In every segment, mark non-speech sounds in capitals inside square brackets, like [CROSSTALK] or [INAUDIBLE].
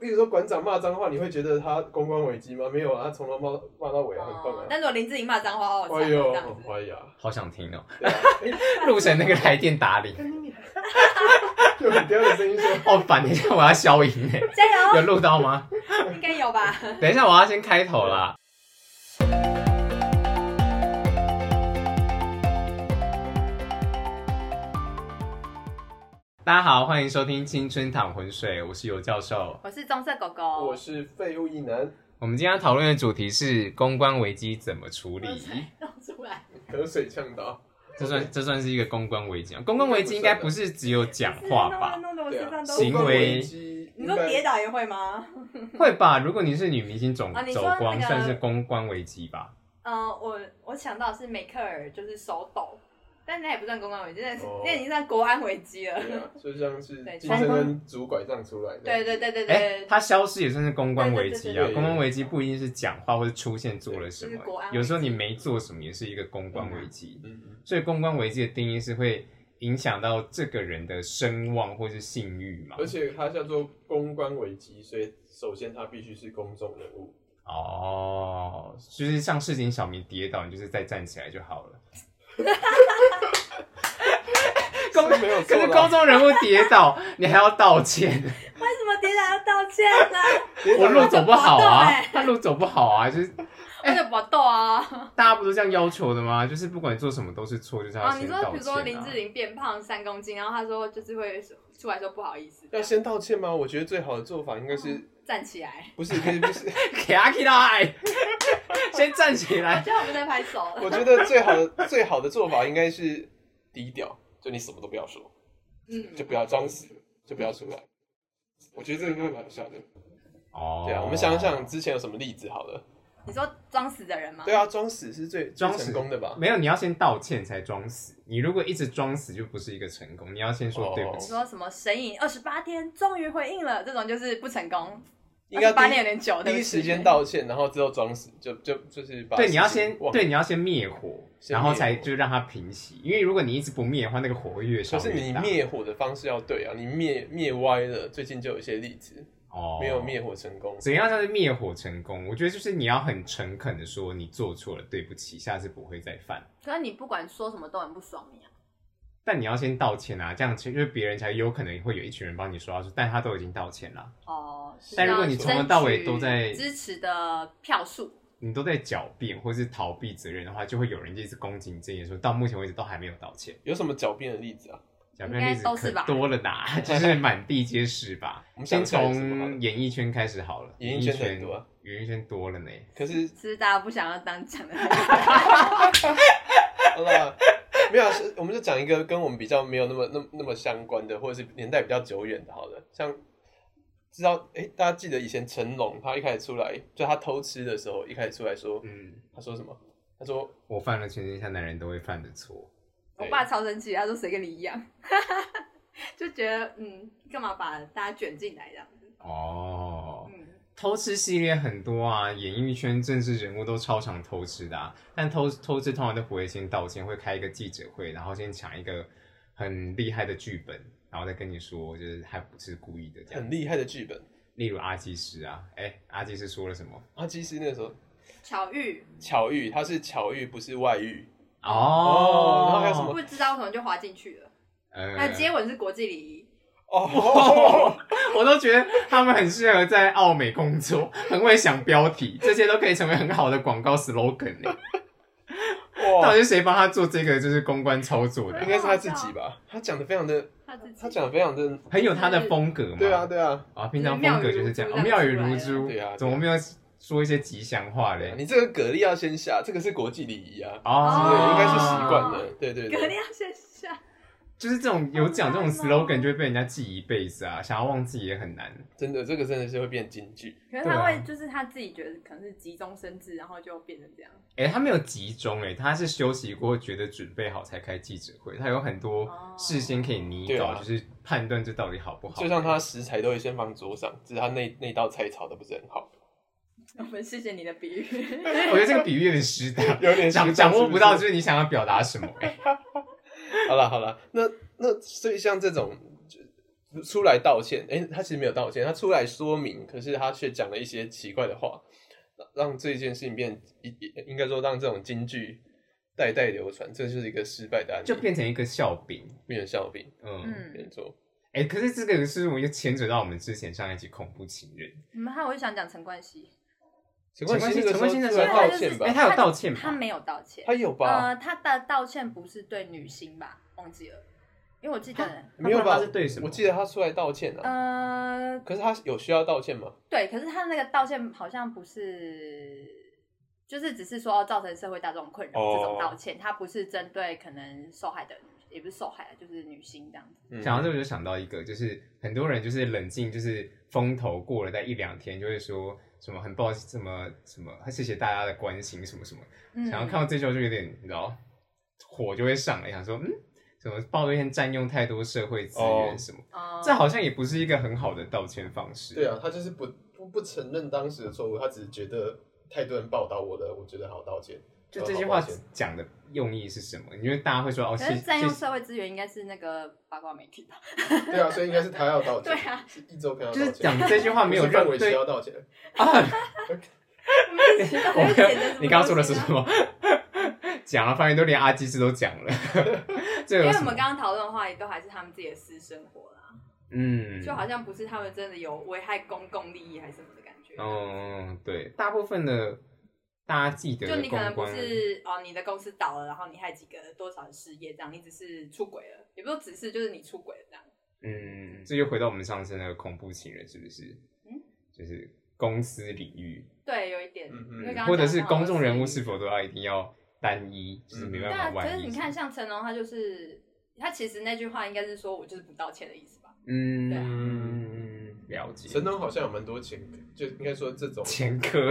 比如说馆长骂脏话，你会觉得他公关危机吗？没有啊，他从头骂骂到尾啊，很棒哦啊。但如果林志颖骂脏话，好哦好哎笑这呦样子，。哎呀，好想听哦，对啊 [LAUGHS] 录成那个来电打铃，就很刁的声音说，好烦！等一下我要消音哎，加油，哦有录到吗？应该有吧？ [LAUGHS] 等一下我要先开头啦。大家好，欢迎收听《青春淌浑水》，我是尤教授。我是棕色狗狗，我是废物一男，我们今天要讨论的主题是公关危机怎么处理。弄出来，得水呛到。这算这算是一个公关危机啊！公关危机应该不是只有讲话吧？弄得 [LAUGHS] 我对身啊，上都行公关为机 [LAUGHS] 你说跌倒也会吗？ [LAUGHS] 会吧？如果你是女明星走啊你走说那个光，算是公关危机吧？嗯，我我想到的是梅克尔，就是手抖，但那也不算公关危机，那是哦那已经算国安危机 [LAUGHS] 了。对啊，就像是对金正恩拄拐杖出来的。对对对对哎对，，她消失也算是公关危机对对啊！对对公关危机不一定是讲话或者出现做了什就是国么安，危机有时候你没做什么也是一个公关危机。嗯，嗯所以公关危机的定义是会影响到这个人的声望或是信誉嘛而？且他叫做公关危机，所以首先他必须是公众人 [LAUGHS] 物。哦，就是像市井小民跌倒，你就是再站起来就好了。公是没有可错是啦公众人物跌倒，你还要道 [LAUGHS] 歉，为什么跌倒要道歉 [LAUGHS] 呢？我路走不好啊我就不懂欸，他路走不好啊，就是我就搏斗啊！大家不都这样要求的吗？就是不管做什么都是错，就是要啊，你先说道比如歉、说林啊志。玲变胖三公斤，然后他说就是会出来说不好意思，要先道歉吗？我觉得最好的做法应该是，站起来。 [LAUGHS] 不是可以不是？给他起来， [LAUGHS] 先站起我来。觉得我们在拍手了。我觉得最好的最好的做法应该是低调，就你什么都不要说，嗯，就不要装死，就不要出来。我觉得这个会蛮有效的。哦 [LAUGHS] 对啊，我们想想之前有什么例子好了。你说装死的人吗？对啊，装死是最最装死成功的哦吧？没有，你要先道歉才装死。你如果一直装死，就不是一个成功。你要先哦说对不你起。说什么神隐二十八天终于回应了，这种就是不成功，应该八第天一有点久，第对不一起时间。道歉，然后之后装死，就就就是把对，你要事情先忘了。对，你要先灭火，先灭然火后才就让它平息。因为如果你一直不灭的话，那个火会越烧可越大。是你灭火的方式要对啊，你灭灭歪了，最近就有一些例子哦，没有灭火成功。怎样才是灭火成功？我觉得就是你要很诚恳的说你做错了，对不起，下次不会再犯。可是你不管说什么都很不爽你啊。但你要先道歉啊，这样其实就是别人才有可能会有一群人帮你说下去，但他都已经道歉了，哦，是啊但如果你要从头到尾争取都在支持的票数，你都在狡辩或是逃避责任的话，就会有人一直攻击你这件事，到目前为止都还没有道歉。有什么狡辩的例子啊？狡辩例应该子都是可吧多了啦， [LAUGHS] 就是满地皆是吧。我们想一先下有什么好从演艺圈开始好了，演艺圈很多啊演艺圈多了呢。可是其实大家不想要当 [LAUGHS] 讲的人。好啦，没有啊，是我们就讲一个跟我们比较没有那么那么那么相关的，或者是年代比较久远的。好了，像知道哎，大家记得以前成龙他一开始出来，就他偷吃的时候，一开始出来说嗯，他说什么？他说我犯了全天下男人都会犯的错。我爸超生气，他说谁跟你一样， [LAUGHS] 就觉得嗯，干嘛把大家卷进来这样子？哦，嗯，偷吃系列很多啊，演艺圈政治人物都超常偷吃的啊。但偷偷吃通常都不会先道歉，会开一个记者会，然后先抢一个很厉害的剧本，然后再跟你说，就是还不是故意的这样。很厉害的剧本。例如阿基师啊，哎、阿基师说了什么？阿基师那时候巧遇巧遇，他是巧遇，不是外 [LAUGHS] 遇。哦，哦然后还有什么不知道为什么就滑进去了。呃那接吻是国际礼仪，哦， [LAUGHS] 我都觉得他们很适合在澳美工作，很会想标题，这些都可以成为很好的广告 slogan 呢。到哇，底是谁帮他做这个就是公关操作的啊应？该是他自己吧？他讲的非常的，他自己他讲的非常的，很有他的风格嘛。对啊，，对啊。啊，平常风格就是这样，哦妙妙语语如如珠。珠对啊对啊怎么没有说一些吉祥话对啊嘞？你这个蛤蜊要先下，这个是国际礼仪啊，哦对，哦，应该是习惯了，对对格对，量先下，就是这种有讲这种好难哦 slogan 就会被人家记一辈子啊，想要忘记也很难。真的，这个真的是会变京剧，可是对啊他会就是他自己觉得可能是急中生智，然后就变成这样。哎、他没有集中哎、他是休息过，觉得准备好才开记者会。他有很多哦事先可以拟对稿，啊就是判断这到底好不好。就像他食材都会先放桌上，只是他那那道菜炒的不是很好，我们谢谢你的比 [LAUGHS] 喻。嗯我觉得这个比喻有点失当， [LAUGHS] 有点掌像掌握不到是就是你想要表达什么、欸。不是。好了好了，那那所以像这种就出来道歉，诶，他其实没有道歉，他出来说明，可是他却讲了一些奇怪的话，让让这件事情变应应该说让这种金句代代流传，这就是一个失败的案例，就变成一个笑柄。变成笑柄，嗯，嗯，没错。哎、可是这个是我又牵扯到我们之前上一集恐怖情人，你们看，我就想讲陈冠希，陈冠冠希希那个陈冠希时那候时出候来道他就是歉哎、吧，他有道歉吗？他没有道歉，他有吧？呃，他的道歉不是对女星吧？忘记了，因为我记得，没有那不吧？然他是对什么我记得他出来道歉啊，呃，可是他有需要道歉吗？对，可是他那个道歉好像不是，就是只是说哦造成社会大众困扰哦这种道歉，他不是针对可能受害的女，也不是受害，啊就是女星这样子。嗯想到这我就想到一个，就是很多人就是冷静，就是风头过了在一两天，就会说什么很抱歉，什么什么，谢谢大家的关心，什么什么。嗯，想要看到这句话就有点，你知道，火就会上来，想说嗯，怎么抱怨占用太多社会资哦源什么？哦，这好像也不是一个很好的道歉方式。对，啊，他就是不不不承认当时的错误，他只是觉得太多人报道我了，我觉得好道歉。呃就这句话好抱歉讲的用意是什么？因为大家会说哦，可谢是占用 [LAUGHS] 谢。社会资源应该是那个八卦媒体吧？对啊，所以应该是他要 [LAUGHS] 道歉。对啊，是一周看到就道是讲歉。这句话 [LAUGHS] 没有不是范让玮琪对要道歉，我没 [LAUGHS] 有写这我 [LAUGHS] 没有什么啊你刚刚说的东是西啊 [LAUGHS] 什么？讲啊了，发现都连阿基斯都讲了， [LAUGHS] 这因有为什我们么？刚刚讨论的话，也都还是他们自己的私生活啦，嗯，就好像不是他们真的有危害公共利益还是什么的感觉。啊嗯，对，大部分的大家记得就的你可能公不关，是哦，你的公司倒了，然后你害几个多少人失业这样，你只是出轨了，也不是说只是就是你出轨了这样。嗯，这就回到我们上次那个恐怖情人，是不是？嗯，就是公司领域，对，有一点，嗯嗯因为刚刚或者是讲哦到公众人物是是否都要一定要单一，就是没嗯办对法啊，可万是一。你看，像成龙，他就是他其实那句话应该是说我就是不道歉的意思吧？对啊嗯，了解。神农好像有蛮多前科，就应该说这种 [LAUGHS] 前科，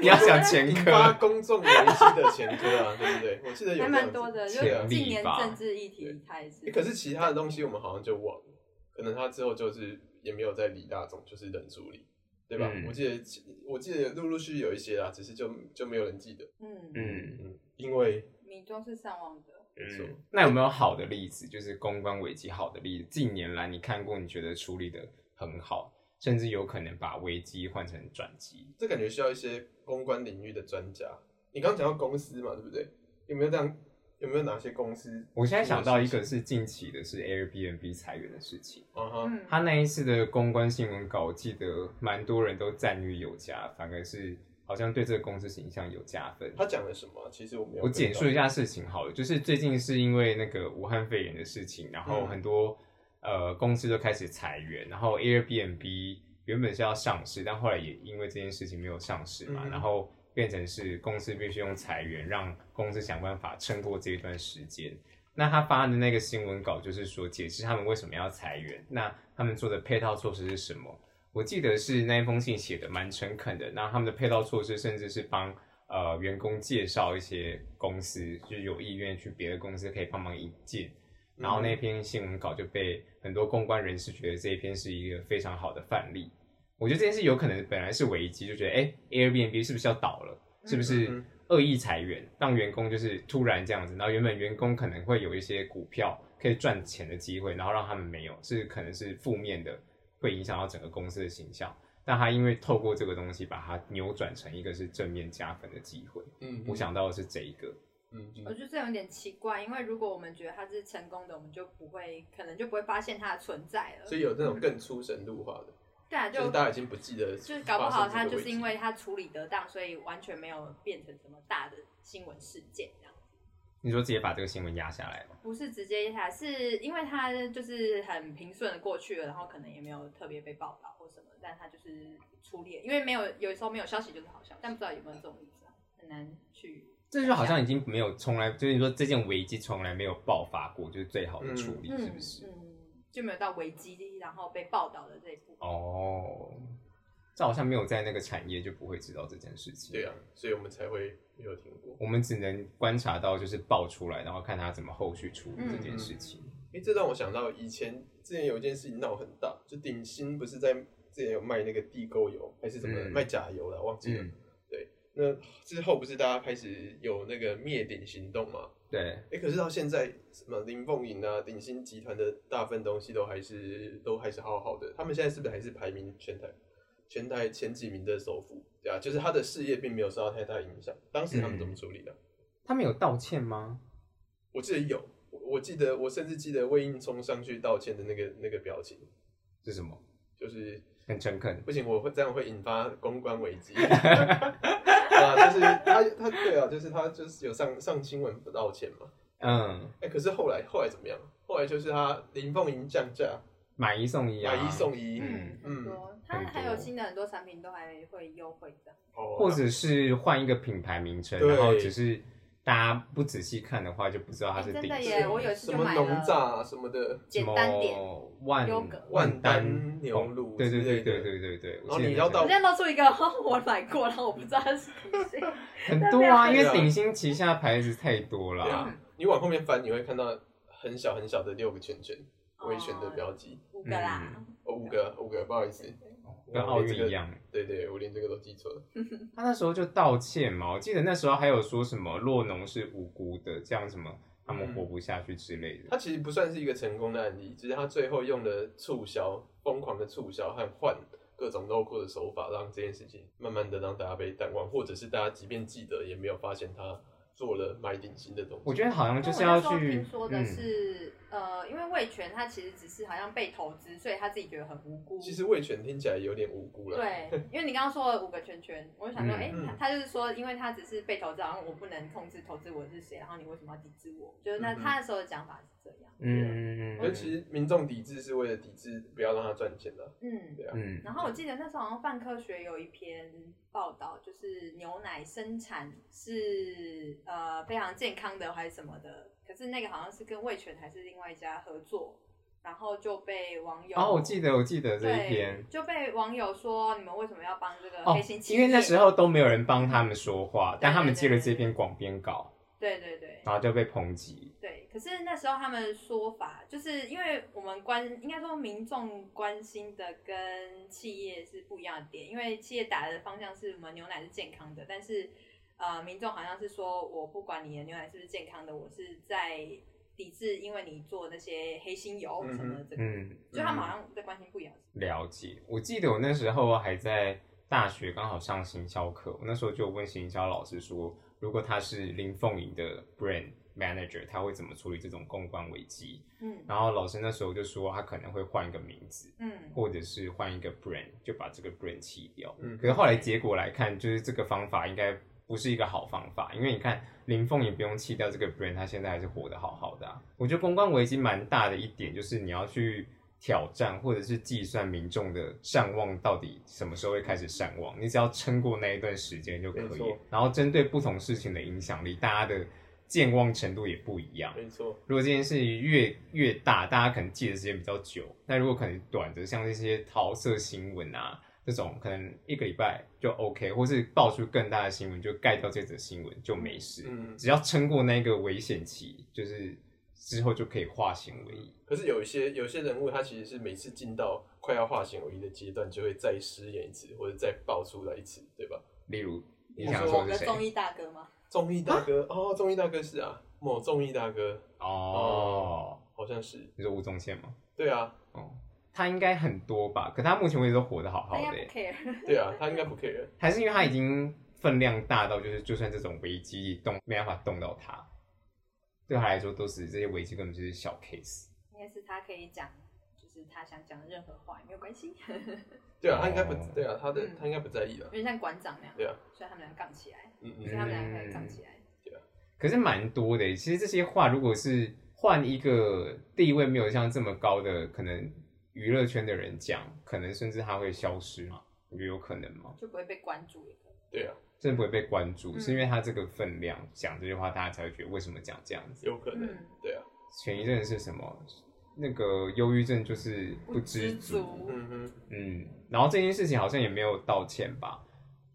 你要想前引发科，嗯公众危机的前科啊，对不对？我记得有这样还蛮子多的，就对啊潜是力近年吧政治议题他也是欸。可是其他的东西我们好像就忘了，可能他之后就是也没有在理大众，就是冷处理，对吧？嗯我记得其我记得陆陆续续有一些啊啦，只是就就没有人记得，嗯，嗯。嗯，哦因为民众是上网的。没错嗯，那有没有好的例子？就是公关危机好的例子，近年来你看过，你觉得处理的很好，甚至有可能把危机换成转机。这感觉需要一些公关领域的专家。你刚刚讲到公司嘛，对不对？有没有这样？有没有哪些公司？我现在想到一个，是近期的是 Airbnb 裁员的事情，嗯哼，嗯，他那一次的公关新闻稿，我记得蛮多人都赞誉有加，反而是好像对这个公司形象有加分。他讲了什么啊？其实我没有。我简述一，下事情好了，就是最近是因为那个武汉肺炎的事情，然后嗯很多、呃公司都开始裁员，然后 Airbnb 原本是要上市，但后来也因为这件事情没有上市嘛，嗯然后变成是公司必须用裁员，让公司想办法撑过这一段时间。那他发的那个新闻稿就是说，解释他们为什么要裁员，那他们做的配套措施是什么？我记得是那一封信写的蛮诚恳的，那他们的配套措施甚至是帮呃员工介绍一些公司，就是有意愿去别的公司可以帮忙引荐。然后嗯那篇新闻稿就被很多公关人士觉得这一篇是一个非常好的范例。我觉得这件事有可能本来是危机，就觉得哎，Airbnb 是不是要倒了？是嗯不是恶意裁员，让员工就是突然这样子？然后原本员工可能会有一些股票可以赚钱的机会，然后让他们没有，是可能是负面的，会影响到整个公司的形象。但他因为透过这个东西，把它扭转成一个是正面加分的机会。嗯我，想到的是这一个，嗯我嗯觉得这有点奇怪，因为如果我们觉得他是成功的，我们就不会，可能就不会发现他的存在了。所以有那种更出神入化的，对啊，就是大家已经不记得，就是搞不好他就是因为他处理得当，所以完全没有变成什么大的新闻事件这样。你说直接把这个新闻压下来吗？不是直接下来，是因为他就是很平顺的过去了，然后可能也没有特别被报道或什么，但他就是处理了，因为没有有时候没有消息就是好消息，但不知道有没有这种例子啊，很难去。这就好啊像已经没有从来，就是你说这件危机从来没有爆发过，就是最好的处理，是不是？嗯，就没有到危机，然后被报道的这一步。哦，这好像没有在那个产业就不会知道这件事情。对啊，所以我们才会没有听过。我们只能观察到就是爆出来，然后看他怎么后续处理这件事情。哎，这让我想到以前之前有一件事情闹很大，就鼎新不是在之前有卖那个地沟油还是什么、嗯卖假油了，忘记了。嗯那之后不是大家开始有那个灭顶行动嘛？对，哎，可是到现在，什么林凤营啊、鼎新集团的大部分东西都还是都还是好好的。他们现在是不是还是排名全台全台前几名的首富？对啊，就是他的事业并没有受到太大影响。当时他们怎么处理的？啊他们有道歉吗？我记得有，我我记得我甚至记得魏应冲上去道歉的那个那个表情，是什么？就是很诚恳。不行，我会这样会引发公关危 [LAUGHS] 机。啊，就是他他对啊，就是他就是有上上新闻不道歉嘛。嗯，哎、可是后来后来怎么样？后来就是他林凤营降价，买一送一啊，买一送一，嗯很多，它很还有多新的很多产品都还会优惠的。哦或者是换一个品牌名称，对然后只是大家不仔细看的话，就不知道它是哎真顶的级耶我有一次什就么买了农榨啊什么的，简单点什么哦万优格万丹丹牛乳对对之类对的对对对对。然我后记得你那要时到我候现在露出一个 [LAUGHS] 我买过，然后我不知道它是谁。很多啊，那因边为鼎新旗下牌子太多对啊了。你往后面翻，你会看到很小很小的六个圈圈，维权哦的标记，五个啦，嗯哦，五个五个，不好意思，跟奥运一样，对对，我连这个都记错了。他那时候就道歉嘛。我记得那时候还有说什么洛农是无辜的，这样什么他们活不下去之类的。它其实不算是一个成功的案例，只是它最后用了促销、疯狂的促销和换各种镂空的手法，让这件事情慢慢的让大家被淡忘，或者是大家即便记得也没有发现他做了买顶新的东西。我觉得好像但就我是那要时候去嗯听说的是，呃，因为味全他其实只是好像被投资，所以他自己觉得很无辜。其实味全听起来有点无辜了，， [LAUGHS] 对，因为你刚刚说了五个圈圈，我就想说，嗯哎、嗯他他就是说，因为他只是被投资，好像我不能控制投资我是谁，然后你为什么要抵制我？就是那嗯嗯他那时候的讲法是这样，嗯嗯嗯而其实民众抵制是为了抵制，不要让他赚钱的，嗯。对啊，嗯然后我记得那时候好像泛科学有一篇报道，就是牛奶生产是呃非常健康的还是什么的，可是那个好像是跟味全还是另外一家合作，然后就被网友哦，我记得我记得这一对篇。就被网友说你们为什么要帮这个哦黑心，企业？因为那时候都没有人帮他们说话，但他对对们接对了这篇广编稿，对对对然后就被抨击。对，可是那时候他们说法，就是因为我们关应该说民众关心的跟企业是不一样的点，因为企业打的方向是我们牛奶是健康的，但是呃，民众好像是说我不管你的牛奶是不是健康的，我是在抵制，因为你做那些黑心油什么的这个，嗯，就他们好像在关心不一样的事。了解。我记得我那时候还在大学，刚好上行销课，我那时候就有问行销老师说，如果他是林凤营的 brand manager，他会怎么处理这种公关危机？嗯然后老师那时候就说，他可能会换一个名字，嗯，或者是换一个 brand，就把这个 brand 弃掉。嗯可是后来结果来看，就是这个方法应该不是一个好方法，因为你看林凤也不用弃掉这个 brand，他现在还是活得好好的、啊。我觉得公关危机蛮大的一点就是你要去挑战或者是计算民众的善望到底什么时候会开始善望，你只要撑过那一段时间就可没以错。然后针对不同事情的影响力，大家的健忘程度也不一样。没错，如果这件事情越越大，大家可能记的时间比较久；那如果可能短的，像这些桃色新闻啊这种，可能一个礼拜就 OK，或是爆出更大的新闻就盖掉这则新闻就没事。嗯。只要撑过那个危险期，就是之后就可以化险为夷。可是有一些有些人物，他其实是每次进到快要化险为夷的阶段，就会再失言一次，或者再爆出来一次，对吧？例如，你我想说说某是个综谁？艺大哥吗？综艺大啊哥、哦，综艺大哥是啊，某综艺大哥哦，好像是，你说吴宗宪吗？对啊，哦，他应该很多吧？可他目前为止都活得好好他哎的应该耶不。care。对 [LAUGHS] 啊，他应该不 care。还是因为它已经分量大到，就是就算这种危机动没办法动到它，对他来说都是这些危机根本就是小 case。应该是他可以讲，就是他想讲的任何话也没有关系， [LAUGHS] 对啊，他应该不哦，对啊，他的嗯他应该不在意啊有。点像馆长那样。对啊，所以他们俩杠起来，嗯所以嗯，他们俩开始杠起来。可是蛮多的耶，欸其实这些话如果是换一个地位没有像这么高的，可能娱乐圈的人讲，可能甚至他会消失嘛，我觉得有可能吗？就不会被关注也可以。对啊，真的不会被关注，嗯是因为他这个分量讲这句话，大家才会觉得为什么讲这样子。有可能嗯，对啊，前一阵是什么？那个忧郁症就是不知足，嗯哼，嗯，然后这件事情好像也没有道歉吧？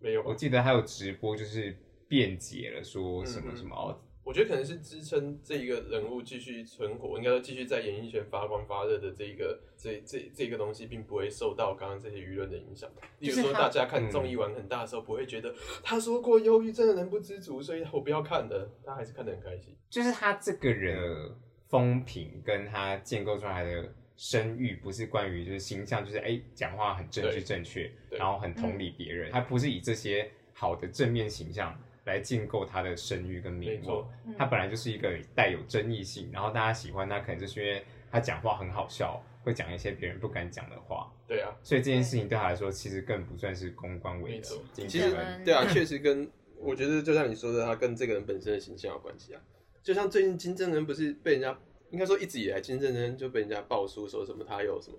没有我记得还有直播，就是辩解了，说什么嗯嗯什么、哦，我觉得可能是支撑这一个人物继续存活，应该说继续在演艺圈发光发热的这一个这这这个东西，并不会受到刚刚这些舆论的影响。比就如是他说大家看综艺玩很大的时候，不会觉得他说过忧郁症的人不知足，所以我不要看的，他还是看得很开心。就是他这个人的风评跟他建构出来的声誉，不是关于就是形象，就是哎讲、话很正对确正确，对然后很同理别人，他不是以这些好的正面形象来建构他的声誉跟没名望错。，嗯他本来就是一个带有争议性，然后大家喜欢他，可能就是因为他讲话很好笑，会讲一些别人不敢讲的话，对啊，所以这件事情对他来说其实更不算是公关危没机错，经其纪实人对啊，确实跟我觉得就像你说的，他跟这个人本身的形象有关系啊。就像最近金正恩不是被人家，应该说一直以来金正恩就被人家爆出说什么他有什么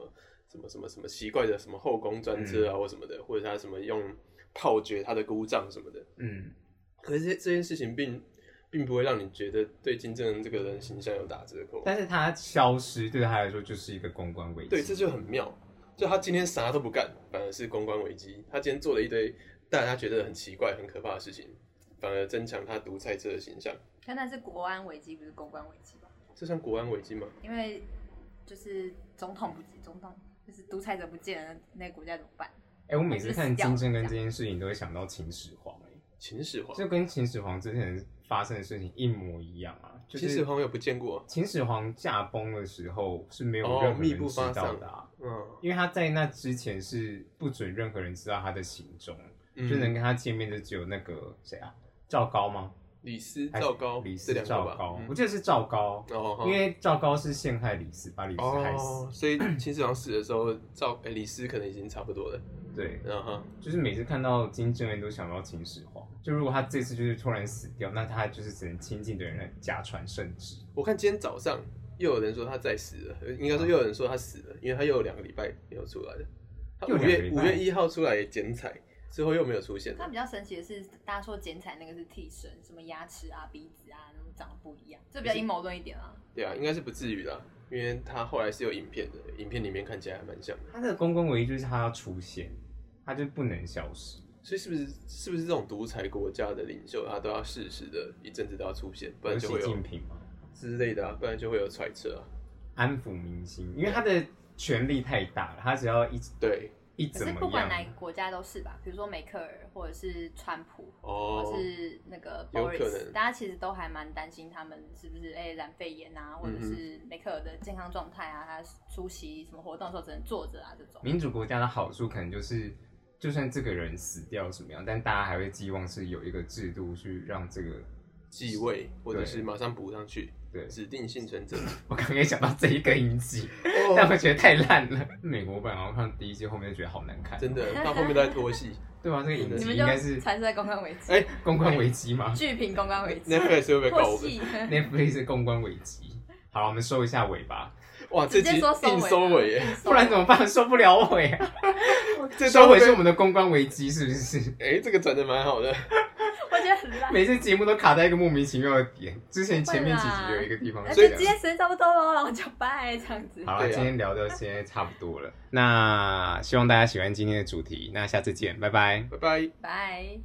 什么什么什么奇怪的什么后宫专车啊或什么的，或者他什么用炮决他的姑丈什么的。嗯，可是这这件事情并并不会让你觉得对金正恩这个人形象有打折扣，但是他消失对他来说就是一个公关危机。对，这就很妙。就他今天啥都不干，反而是公关危机。他今天做了一堆大家觉得很奇怪、很可怕的事情，反而增强他独裁者的形象。但那是国安危机，不是公关危机吧？这算国安危机吗？因为就是总统不总统就是独裁者不见了，那个国家怎么办？哎、我每次看金正恩就是死掉了这件事情，都会想到秦始皇、哎，秦始皇，就跟秦始皇之前发生的事情一模一样啊。就是秦始皇有不见过？秦始皇驾崩的时候是没有哦任何密人不知发道丧的、啊，嗯，因为他在那之前是不准任何人知道他的行踪，嗯就能跟他见面的只有那个谁啊，赵高吗？李斯、还是赵高，李这斯、两个吧赵高，嗯我记得是赵高，哦，好因为赵高是陷害李斯，把李斯害死。哦，所以秦始皇死的时候，赵哎李斯可能已经差不多了。对，嗯哼，就是每次看到金正恩都想到秦始皇。就如果他这次就是突然死掉，那他就是只能亲近的人来假传圣旨。我看今天早上又有人说他再死了，呃应该说又有人说他死了，因为他又有两个礼拜没有出来了。他又五两个月礼五拜月一号出来剪彩之后又没有出现，但比较神奇的是，大家说剪彩那个是替身，什么牙齿啊、鼻子啊，那种长得不一样，这比较阴谋论一点啊。对啊，应该是不至于啦，因为他后来是有影片的，影片里面看起来还蛮像的。他的公共唯一就是他要出现，他就不能消失。所以是不是是不是这种独裁国家的领袖，他都要适时的一阵子都要出现，不然有就习会有近平嘛，之类的啊，不然就会有揣测啊。安抚民心，因为他的权力太大了，他只要一对，一可怎是么不管哪样一，个国家都是吧，比如说梅克尔或者是川普。哦或，是那个有可能 Boris，大家其实都还蛮担心他们是不是哎、染肺炎啊，嗯或者是梅克尔的健康状态啊，他出席什么活动的时候只能坐着啊这种。民主国家的好处可能就是，就算这个人死掉怎么样，但大家还会寄望是有一个制度去让这个继位或者对是马上补上去，对指定幸存者。我刚刚也想到这一个影集，哦但我觉得太烂了。美国版，然后看到第一季，后面就觉得好难看。真的到后面都在拖戏。 [LAUGHS] 对啊，这个影你集们应该是就才是在公关危机，哎公关危机嘛剧评公关危机， ，Netflix [LAUGHS] 会不会告或我们？戏 [LAUGHS] ？Netflix 是公关危机。好了，我们收一下尾吧，哇，这直集接说硬收收尾尾耶啊，，不然怎么办？收不了尾 [LAUGHS] 啊！这收段尾会是被我们的公关危机，是不是？ [LAUGHS] 哎，这个转的蛮好的。我觉得很烂。每次节目都卡在一个莫名其妙的点。之前前面几会集啦有一个地方那就是所以哎今天时间差不多喽，然后就拜这样子。好对了，啊今天聊到现在差不多了。那希望大家喜欢今天的主题，那下次见，拜拜。拜拜。拜。